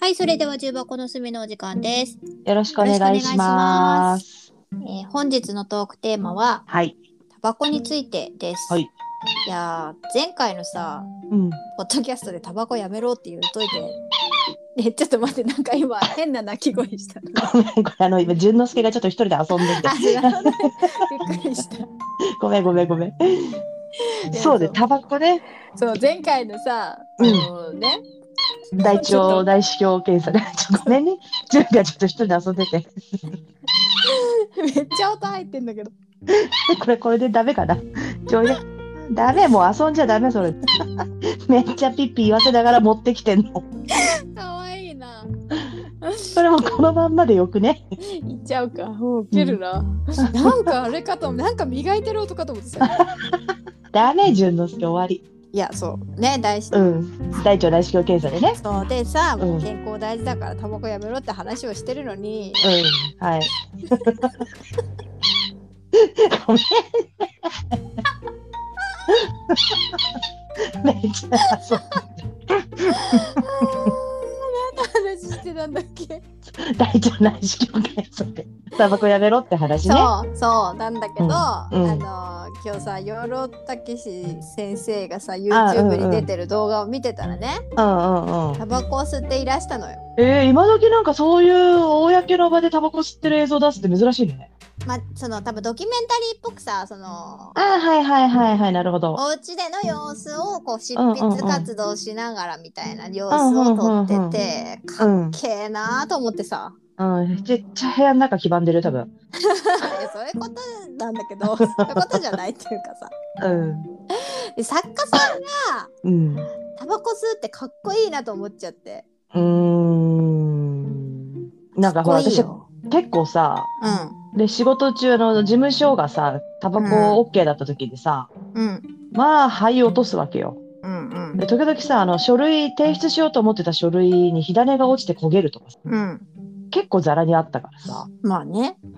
はい、それでは重箱の隅のお時間です。よろしくお願いします。えー本日のトークテーマははい。タバコについてです。はいい、やー前回のさ、うん。ポッドキャストでタバコやめろって言うといて、えちょっと待って、なんか今変な鳴き声した。ごめんこれ あの、今、淳之介がちょっと一人で遊んでてあ、。違うねびっくりした。ごめん、ごめん、ごめん。そうで、そうタバコね、そう前回のさ、あうんのね、大ちょっと腸、大視鏡検査で、ちょっとごめんね。淳がちょっと一人で遊んでて。 めっちゃ音入ってんだけど。これ、これでダメかな。ちょいだダメ、もう遊んじゃダメ、それ。 めっちゃピッピ言わせながら持ってきてんの。可愛いな。それもこのまんまでよくね。いっちゃうか。もう切るな。なんかあれかと、なんか磨いてる音かと思ってた。ダメ、淳之介終わり。いや、そう。ね、大事。うん。大腸、大視鏡検査でね。そうでさ、もううん健康大事だからタバコやめろって話をしてるの に、うん。はい。ごめん。めっちゃそう話してたんだっけ、大腸内視鏡検査でタバコやめろって話ね。そうそうなんだけど、うんうんあの今日さ養老たけし先生がさあうんうん YouTube に出てる動画を見てたらねうんうんうんタ。バコを吸っていらしたのよ。えー、今時なんかそういう公の場でタバコ吸ってる映像出すって珍しいね。まあその多分ドキュメンタリーっぽくさそのああはいはいはいはいなるほど。お家での様子をこう執うんうん筆うん活動しながらみたいな様子を撮っててうかっんけえなーと思ってさ。うん。めっちゃ部屋の中黄ばんでる多い分。やそういうことなんだけどそういうことじゃないっていうかさうんで作家さんがうん。タバコ吸うってかっこいいなと思っちゃってうーん。なんかほかっこらいい私よ結構さで仕事中の事務所がさタバコ OK だった時でさ、うんうんまあ灰落とすわけようんうんで時々さあの書類提出しようと思ってた書類に火種が落ちて焦げるとかさうん結構ざらにあったからさまあねも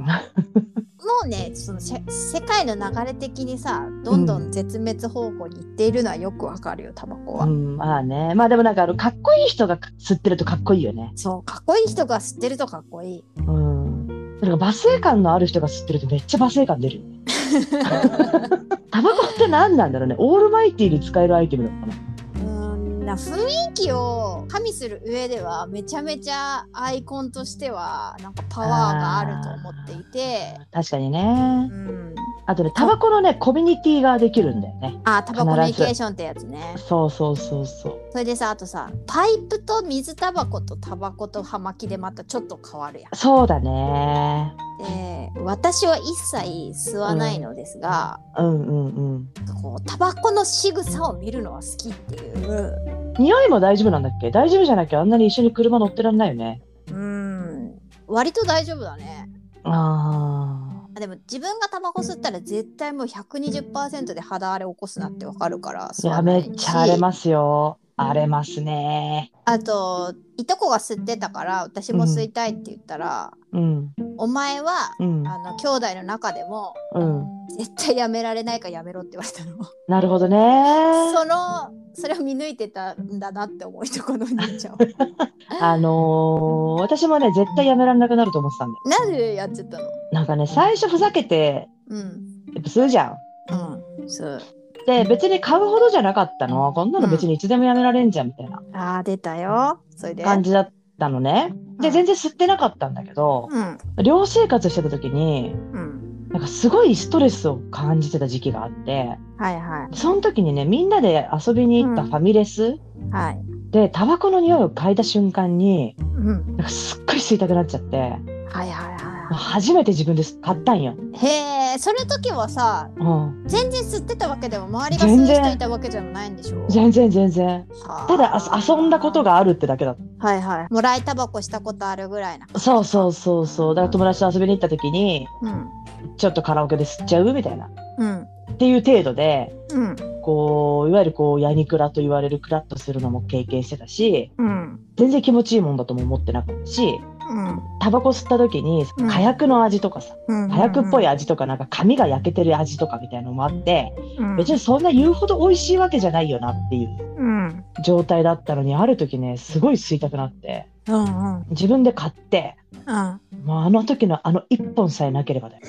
うねそのせ世界の流れ的にさどんどん絶滅方向に行っているのはよくわかるよタバコは、うんまあねまあでもなんかあのかっこいい人が吸ってるとかっこいいよねそうかっこいい人が吸ってるとかっこいいうんなんか罵声感のある人が吸ってるとめっちゃ罵声感出るよねタバコって何なんだろうねオールマイティーに使えるアイテムなのかなうんな雰囲気を加味する上ではめちゃめちゃアイコンとしてはなんかパワーがあると思っていて確かにねうん、あとねタバコのねコミュニティができるんだよねあタバコミュニケーションってやつねそうそうそうそう。それでさあとさパイプと水タバコとタバコと葉巻でまたちょっと変わるやんそうだね。で私は一切吸わないのですが、うんうんうん。こうタバコの仕草を見るのは好きっていう匂いも大丈夫なんだっけ大丈夫じゃなきゃあんなに一緒に車乗ってらんないよね。うん割と大丈夫だねああでも自分がタバコ吸ったら絶対もう120%で肌荒れ起こすなってわかるからあ。い吸や、わなめいしっちゃ荒れますよ。荒れますね。あといとこが吸ってたから私も吸いたいって言ったら、うんお前はうんあの兄弟の中でもうん。絶対やめられないからやめろって言われた のなるほどね。そのそれを見抜いてたんだなって思いとこのお兄 ちゃんはあのー私もね、絶対やめられなくなると思ってたんだよ。なんでやっちゃったのなんかね、最初ふざけて、うんやっぱ吸うじゃん。うんそうで、別に買うほどじゃなかったの。こんなの別にいつでもやめられんじゃん、みたいなあー出たよそれで感じだったのね。で、全然吸ってなかったんだけど、うん寮生活してた時にうんなんかすごいストレスを感じてた時期があってはいはその時にねみんなで遊びに行ったうんファミレス、いはいでタバコの匂いを嗅いだ瞬間にうんなんかすっごい吸いたくなっちゃってはいはいは初めて自分で買ったんよ、いへえその時はさうん、全然吸ってたわけでも周りが吸う人いたわけじゃないんでしょ全然全然はあただあ遊んだことがあるってだけだっはいはいもらいタバコしたことあるぐらいなたそうそうそうそうだから友達と遊びに行った時にうんちょっとカラオケで吸っちゃうみたいなっうんていう程度でうんこういわゆるこうヤニクラと言われるクラッとするのも経験してたしうん全然気持ちいいもんだとも思ってなかったしうんタバコ吸った時にうん火薬の味とかさ、うん火薬っぽい味とかなんか髪が焼けてる味とかみたいのもあって、うん別にそんな言うほど美味しいわけじゃないよなっていううん状態だったのにある時ねすごい吸いたくなってへうんうん自分で買って、うんもうあの時のあの一本さえなければだよ。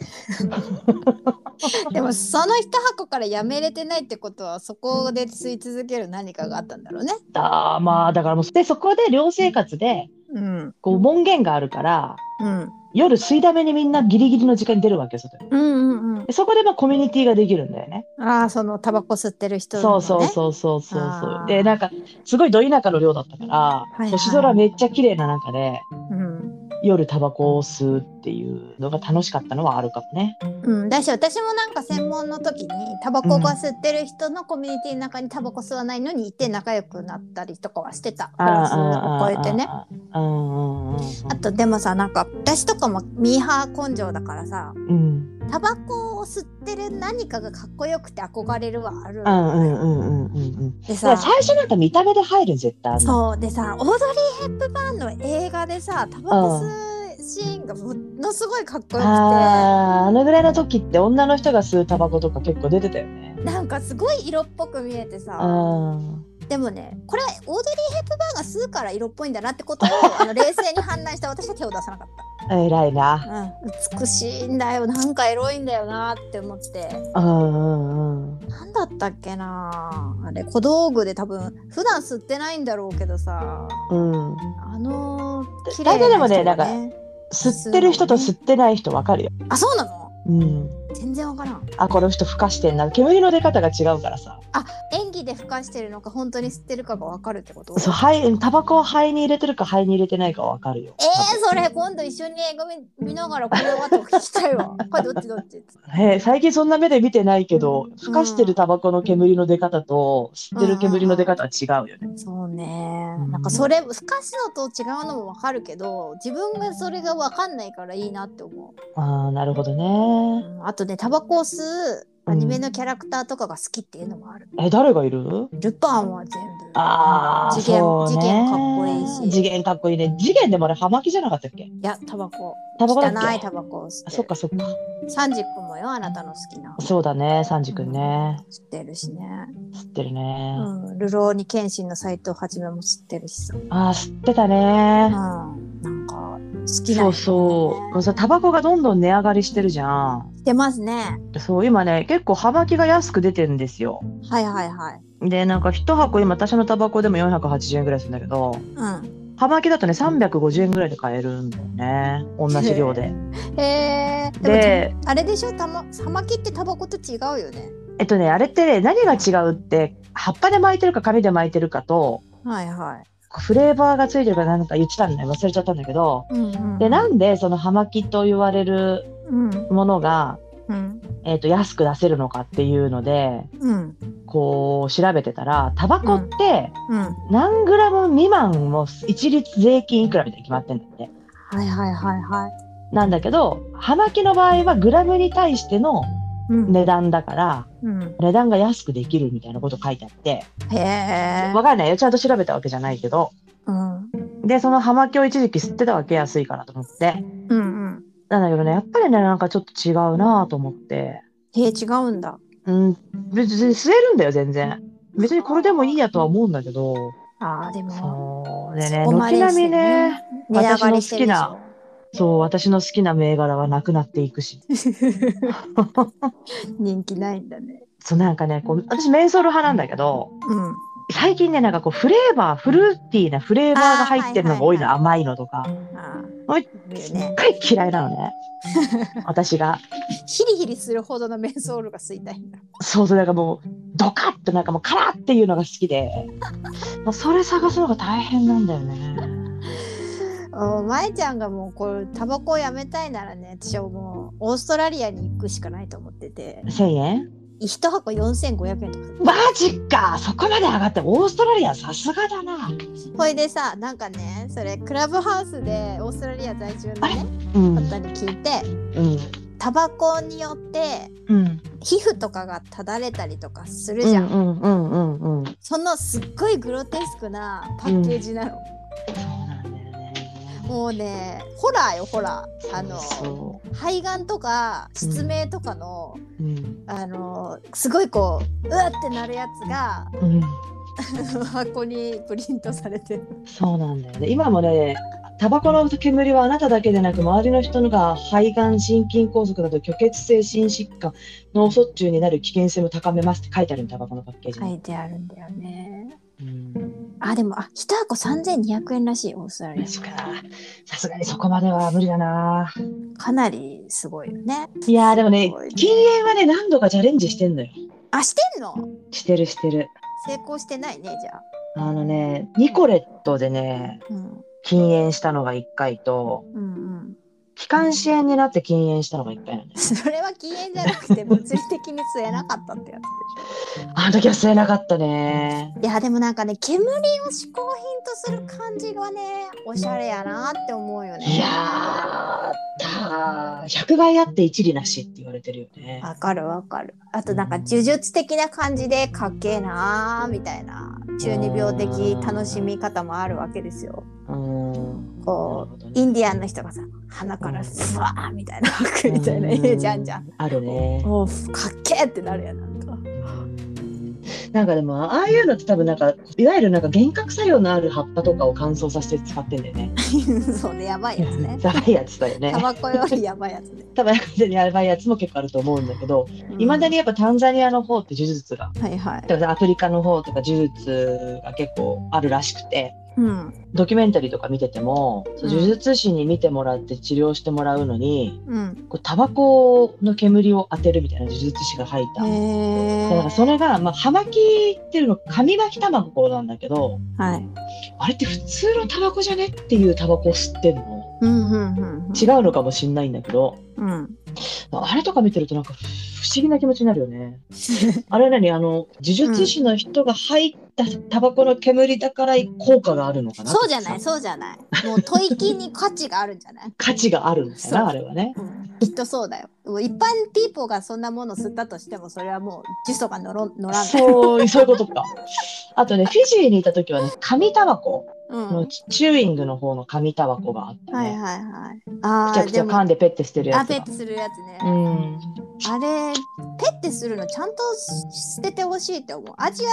でもその一箱からやめれてないってことはそこで吸い続ける何かがあったんだろうね。あーまあだからもうでそこで寮生活でうんこう門限があるからうん夜吸いだめにみんなギリギリの時間に出るわけよ外にうんうんでそこでまあコミュニティができるんだよね。うん。ああそのタバコ吸ってる人のね。そうそうそうそうそうそあーう。でなんかすごいど田舎の寮だったから、いはい星空めっちゃ綺麗な中でうん。夜タバコを吸うっていうのが楽しかったのはあるかもね。うん、だし私もなんか専門の時にタバコが吸ってる人のコミュニティの中にタバコ吸わないのにいて仲良くなったりとかはしてたクラスを超えてね。あーあーあーうんうんうんうんあとでもさなんか私とかもミーハー根性だからさうんタバコを吸ってる何かがかっこよくて憧れるはある。うんうんうんうんうんうん。でだからさ最初なんか見た目で入る絶対あんな。そうでさオードリー・ヘップバーンの映画でさタバコ吸うシーンがものすごいかっこよくあーあのぐらいの時って女の人が吸うタバコとか結構出てたよね。てなんかすごい色っぽく見えてさあでもねこれはオードリー・ヘップバーンが吸うから色っぽいんだなってことをあ の冷静に判断した私は手を出さなかっあ偉いな。た、うん、美しいんだよなんかエロいんだよなって思ってうんうんうん。何だったっけなあれ小道具で多分普段吸ってないんだろうけどさうん、あの綺麗大な人が体でもねねなんか吸ってる人と吸ってない人分かるよ。あそうなのうん、全然わからんあこの人ふかしてんな煙の出方が違うからさあ演技でふかしてるのか本当に吸ってるかがわかるってことそう肺タバコを肺に入れてるか肺に入れてないか分かるよ。えー、それ今度一緒に映画見見ながらこれはと聞きたいわこれどっちどっちえ最近そんな目で見てないけどふかしてるタバコの煙の出方と吸ってる煙の出方は違うよね。そうねうんなんかそれふかしのと違うのもわかるけど自分がそれがわかんないからいいなって思あーなるほどう、ね。うんあとねタバコを吸うアニメのキャラクターとかが好きっていうのもある、え誰がいるルパンは全部ああ、次元そうね次元かっこいいし次元かっこいいね。次元でもあれ、葉巻じゃなかったっけいやタバコタバコだっけ汚いタバコを吸あっそてっるかそっか。サンジ君もよあなたの好きなそうだね、三時くんね。吸ってるしね吸ってるね。うん、流浪に剣心の斎藤はじめも知ってるしさ、うん、ああ、吸ってたね。なんか好きな、ね、そうそう。もうさタバコがどんどん値上がりしてるじゃん。知ってますねそう、今ね、結構葉巻が安く出てるんですよ。はいはいはいで、なんか一箱、今、私のタバコでも480円ぐらいするんだけど、う葉巻だとね、350円ぐらいで買えるんだよね。同じ量で。んへえでもで、あれでしょたまさまきってタバコと違うよねえっとね、あれってね、何が違うって、葉っぱで巻いてるか紙で巻いてるかと、はいはフレーバーがついてるかなんか言ってたんだよ。忘れちゃったんだけど。いうんうんで、なんでその葉巻と言われるうんものが、うんえっ、と、安く出せるのかっていうので、うんこう、調べてたら、タバコってうん何グラム未満も一律税金いくらみたいに決まってんだって。はいはいはいはいなんだけど、葉巻の場合はグラムに対してのうん値段だから、うん値段が安くできるみたいなこと書いてあって、へえわかんないよ。ちゃんと調べたわけじゃないけど、うんで、その葉巻を一時期吸ってたわけ安いからと思って。うんうんなんだけどね、やっぱりね、なんかちょっと違うなぁと思って。へえ違うんだうん、別に吸えるんだよ、全然。別にこれでもいいやとは思うんだけど。あーでもそう。でね、そこまで軒してね並みね、値上がりしてるでし私のょそう、私の好きな銘柄はなくなっていくし。 人気ないんだねそう、なんかね、こう、私メンソール派なんだけど、うん最近ね、なんかこう、フレーバー、フルーティーなフレーバーが入ってるのが多いの、あー甘いのとか。ああ、はいいるすっね。ごい嫌いなの ね。私が。ヒリヒリするほどのメンソールが吸いたいんだ。そうそう、なんかもう、ドカッとなんかもう、カラッっていうのが好きで、もうそれ探すのが大変なんだよね。おまえちゃんがもうこれタバコをやめたいならね、私はもうオーストラリアに行くしかないと思ってて、 1000円一箱4500円とか。マジかそこまで上がって、オーストラリアさすがだな。ほいでさ、なんかね、それクラブハウスでオーストラリア在住のね、うん。う方に聞いて、ん。タバコによってうん。皮膚とかがただれたりとかするうじゃん。んうんうんうんうん。そうそのすっごいグロテスクなパッケージなの。なんだよね。もうね、ホラーよ、ホラー。あの、そ肺がんとか失明とかの、う。うん。あのすごいこううわってなるやつが うん。箱にプリントされてる。そうなんだよね。今もね、タバコの煙はあなただけでなく、周りの人のが肺がん、心筋梗塞など虚血性心疾患、脳卒中になる危険性も高めますって書いてあるのタバコのパッケージ書に。いてあるんだよね。うんあ、でも、あ、一箱三千二百円らしい、オーストラリそっかさすがにそこまでは無理だな。ア。かなりすごいよね。いやーでもねすごいね、禁煙はね、何度かチャレンジしてんのよ。あ、してんの。してるしてる。成功してないね、じゃあ。あのね、ニコレットでね、うん。禁煙したのが1回と、うん、うん。 気管支炎になって禁煙したのが1回なのね。それは禁煙じゃなくて、物理的に吸えなかったってやつでしょ。あの時は吸えなかったね。いや、でも、なんかね、煙を嗜好品とする感じがね、おしゃれやなって思うよね。いやー、た100倍あって一理なしって言われてるよね。わかるわかる。あとなんか呪術的な感じでかっけえなーみたいな中二病的楽しみ方もあるわけですよ。うーん。こなるほどうインねディアンの人がさ鼻からふわーみたいな吐く みたいな絵じゃんじゃん。。あるね。おうかっけーってなるやんなんか。 なんかでも、ああいうのって多分なんか、いわゆるなんか幻覚作用のある葉っぱとかを乾燥させて使ってんだよね。そうねやばいやつね。やばいやつだよねタ。バコよりやばいやつ ね。多分やばいやつも結構あると思うんだけど、いまだに。にやっぱタンザニアの方って呪術が、はいはい。多分アフリカの方とか呪術が結構あるらしくて、うんドキュメンタリーとか見てても、そううん呪術師に見てもらって治療してもらうのに、うん。こうタバコの煙を当てるみたいな呪術師が吐いた。でへなんーかそれが、まあ、葉巻っていうの、紙巻きタバコなんだけど、はい。あれって普通のタバコじゃねっていうタバコを吸ってんのうんうんうんうん。違うのかもしんないんだけど、うん。あれとか見てるとなんか不思議な気持ちになるよね。あれは何あの、呪術師の人が入ったタバコの煙だから効果があるのかなそうじゃないとかさそうじゃない。もう吐息に価値があるんじゃない。価値があるんだそうな、あれはね。きっとそうだよ。もう一般ピーポーがそんなもの吸ったとしても、それはもう呪詛がのろ乗らんから。そう、そういうことか。あとね、フィジーにいた時はね、紙タバコうん。の、チューイングの方の紙タバコがあったはいはいね。はい。くあちゃあ、くちでゃも、噛んでペッて捨てるやあ、つペッがて。するやつね。うん。あれ、ペッてするのちゃんと捨ててほしいって思う。アジ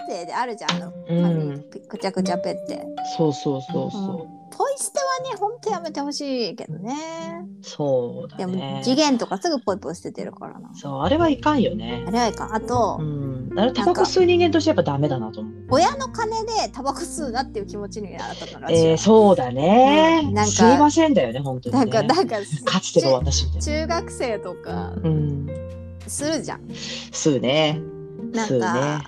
ア勢であるじゃん。あのう紙ん。くちゃくちゃペッて。そうそうそうそう。ポイ捨てはね、ほんとやめてほしいけどね。そうでだも、ね。次元とかすぐポイポイ捨ててるからな。そう、あれはいかんよねあ。れはいかん。あと、うん。あれ、タバコ吸う人間としてやっぱダメだなと思う。親の金でタバコ吸うなっていう気持ちになったからしいえー、そうだね。うんなんかすいませんだよね、本当に、なね。んか、なんか、かつての私みたい中中学生とかな。うん。するじゃん。吸うね。なん吸うねか、。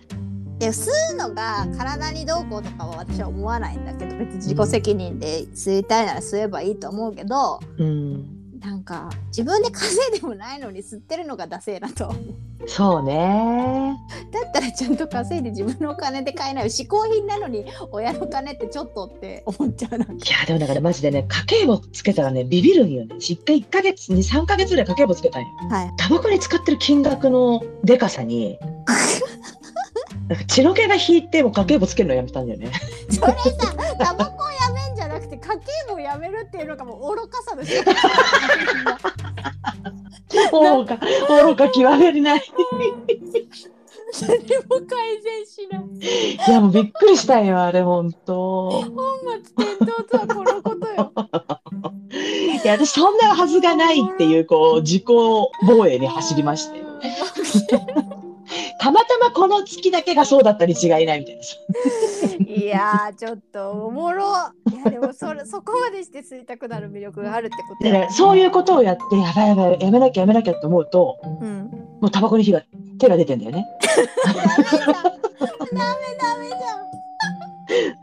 で吸うのが体にどうこうとかは私は思わないんだけど、別に自己責任で吸いたいなら吸えばいいと思うけど、うん。なんか自分で稼いでもないのに吸ってるのがダセえなと。だ そうね。ったらちゃんと稼いで自分のお金で買えない嗜好品なのに親の金ってちょっとって思っちゃうな。いや、でもだからマジでね、家計簿つけたらね、ビビるんよね。一回1ヶ月に3ヶ月ぐらい家計簿つけたんよ。はい。タバコに使ってる金額のでかさに、なんか血の気が引いてもう家計簿つけるのやめたんだよね。それさ、タバコをやめんじゃなくて、家計簿をやめるっていうのがもう愚かさでしょ。愚か、愚か極めりない。何も改善しない。いや、もうびっくりしたんよ、あれ、ほんと。本末転倒とはこのことよ。いや、私そんなはずがないっていう、こう、自己防衛に走りまして。たまたまこの月だけがそうだったに違いないみたいな。いやー、ちょっとおもろ。いや、でも、それ、そこまでして吸いたくなる魅力があるってことだから、よ。そういうことをやって、やばいやばい、やめなきゃやめなきゃと思うと、うん。もうタバコに火が、手が出てんだよね。ダメじゃん。ダメダメじ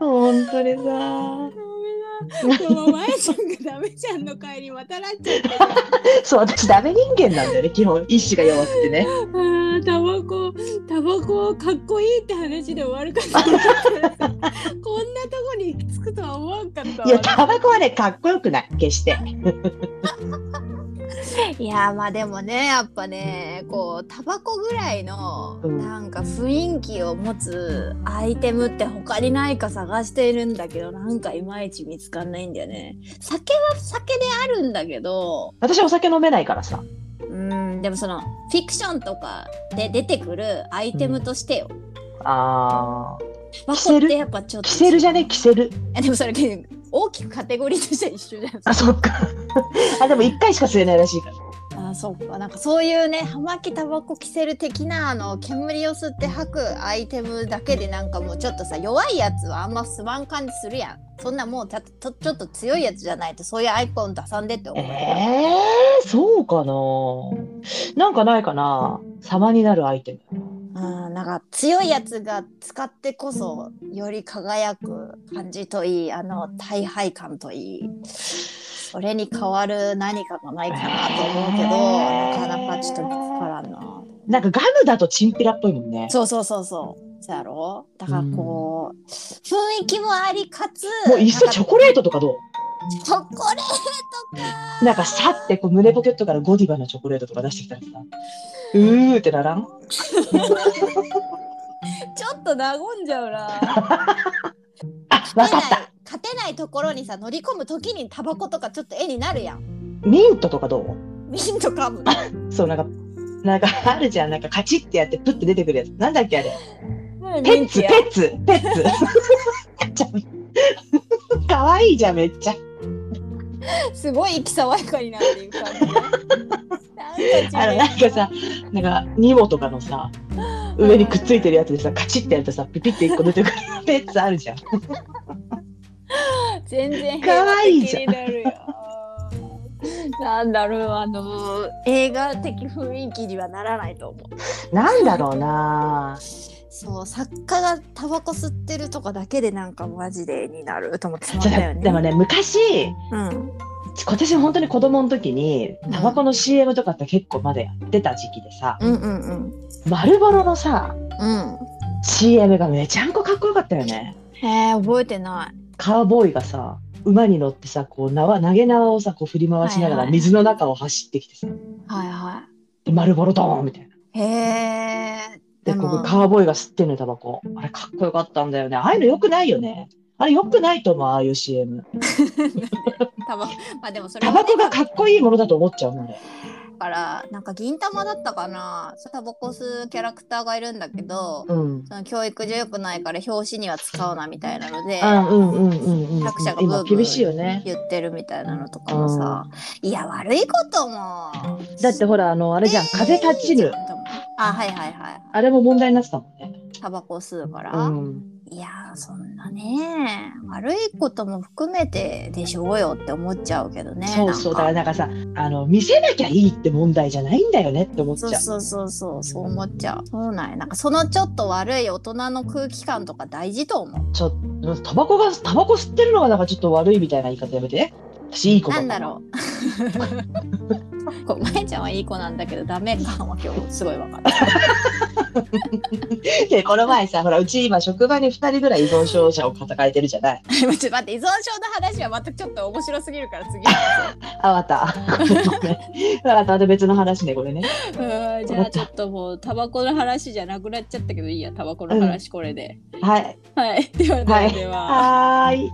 ゃん。本当にさ。 ダメだ。でも、まやちゃんがダメじゃんの帰り、またなっちゃった。そう、私ダメ人間なんだよね、基本。意志が弱くてね。あータバコタバコかっこいいって話で終わるかと思 ったらさこんなとこに行き着くとは思わんかったわいや、タバコはね、かっこよくない。決して。いやまあでもねやっぱねこうタバコぐらいのうんなんか雰囲気を持つアイテムって他にないか探しているんだけどなんかいまいち見つかんないんだよね酒は酒であるんだけど私お酒飲めないからさ。うんでもそのフィクションとかで出てくるアイテムとしてよ、あー。タバコってやっぱちょっとキセルじゃねキセル。えでもそれ大きくカテゴリーとしては一緒じゃないですあ、そっか。あ、でも一回しか吸えないらしいから。かあそうかなんかそういうね葉巻タバコキセル的なあの煙を吸って吐くアイテムだけでなんかもうちょっとさ弱いやつはあんま吸わん感じするやんそんなもうちょとちょっと強いやつじゃないとそういうアイコン出さんでってえ思う、えー、そうかな。なんかないかな。様になるアイテム。あーなんか強いやつが使ってこそより輝く感じといいあの大敗感といいそれに変わる何かがないかなと思うけど、えーなかなかちょっと見つからんななんかガムだとチンピラっぽいもんね。そうそうそうそうそうやろだからこう、雰囲気もありかつもういっそなんかチョコレートとかどチョコレうなんかさってこう胸ポケットからゴディバのチョコレートとか出してきたらさ。うーってならんートちょっと和んじゃう なあ、わかった。勝てないところにさ乗り込む時にタバコとかちょっと絵になるやんミントとかどうミントかむそう、なんか、なんかあるじゃん。なんかカチッってやってプッて出てくるやつ。なんだっけあれ。ペッツ、ペッツ、ペッツ。ちゃ かわいいじゃん、めっちゃ。すごい生き爽やかになっている感じね。 あの、ななんんかさ、なんか、ニモとかのさ、上にくっついてるやつでさ、カチッってやるとさ、ピピって一個出てくる。ペッツあるじゃん。全然可愛いじゃん平和的になるよ。 なんだろうあの映画的雰囲気にはならないと思う。なんだろうなそう作家がタバコ吸ってるとかだけでなんかマジでになると思ってしまっちょったよとね。でもね、昔、うん。私本当に子供の時にうん、タバコの CM とかって結構まだやってた時期でさ、うんうんうんマルボロのさ、うん。 CM がめちゃんこかっこよかったよね。えー、覚えてない。カーボーイがさ馬に乗ってさこう縄投げ縄をさこう振り回しながはいらはい水の中を走ってきてさ、はいは。で丸ボロドーンみたいないへえ。 でこうカーボーイが吸ってんのよタバコあれかっこよかったんだよねああいうのよくないよねあれよくないと思うああいう CM タバまあでもそれタはねバコがかっこいいものだと思っちゃうのでからなんか銀玉だったかなそうタバコ吸うキャラクターがいるんだけど、うんその教育上良くないから表紙には使うなみたいなので、あうんうんうんうん作者がブーブ今ー厳しいよね言ってるみたいなのとかもさ、いや悪いこともだってほらあのあれじゃん風立ちぬあはいはいはいあれも問題になってたもんねタバコ吸うから、うんいやーそんなね悪いことも含めてでしょうよって思っちゃうけどねそうそうだかならんかなんかさあの見せなきゃいいって問題じゃないんだよねって思っちゃそううそうそうそうそう思っちゃうそうなんやなんかそのちょっと悪い大人の空気感とか大事と思うちょっとタバコがタバコ吸ってるのがなんかちょっと悪いみたいな言い方やめて私いい子だなんだろう。 こうまえちゃんはいい子なんだけどダメ感は今日すごいわかった。 うでこの前さほらうち今職場に2人ぐらい依存症者を抱えてるじゃないちょっと待って依存症の話はまたちょっと面白すぎるから次。あまたごめんまた別の話ねこれねうんじゃあちょっともうタバコの話じゃなくなっちゃったけどいいやタバコの話これで。はいはい。ではではでは。はーい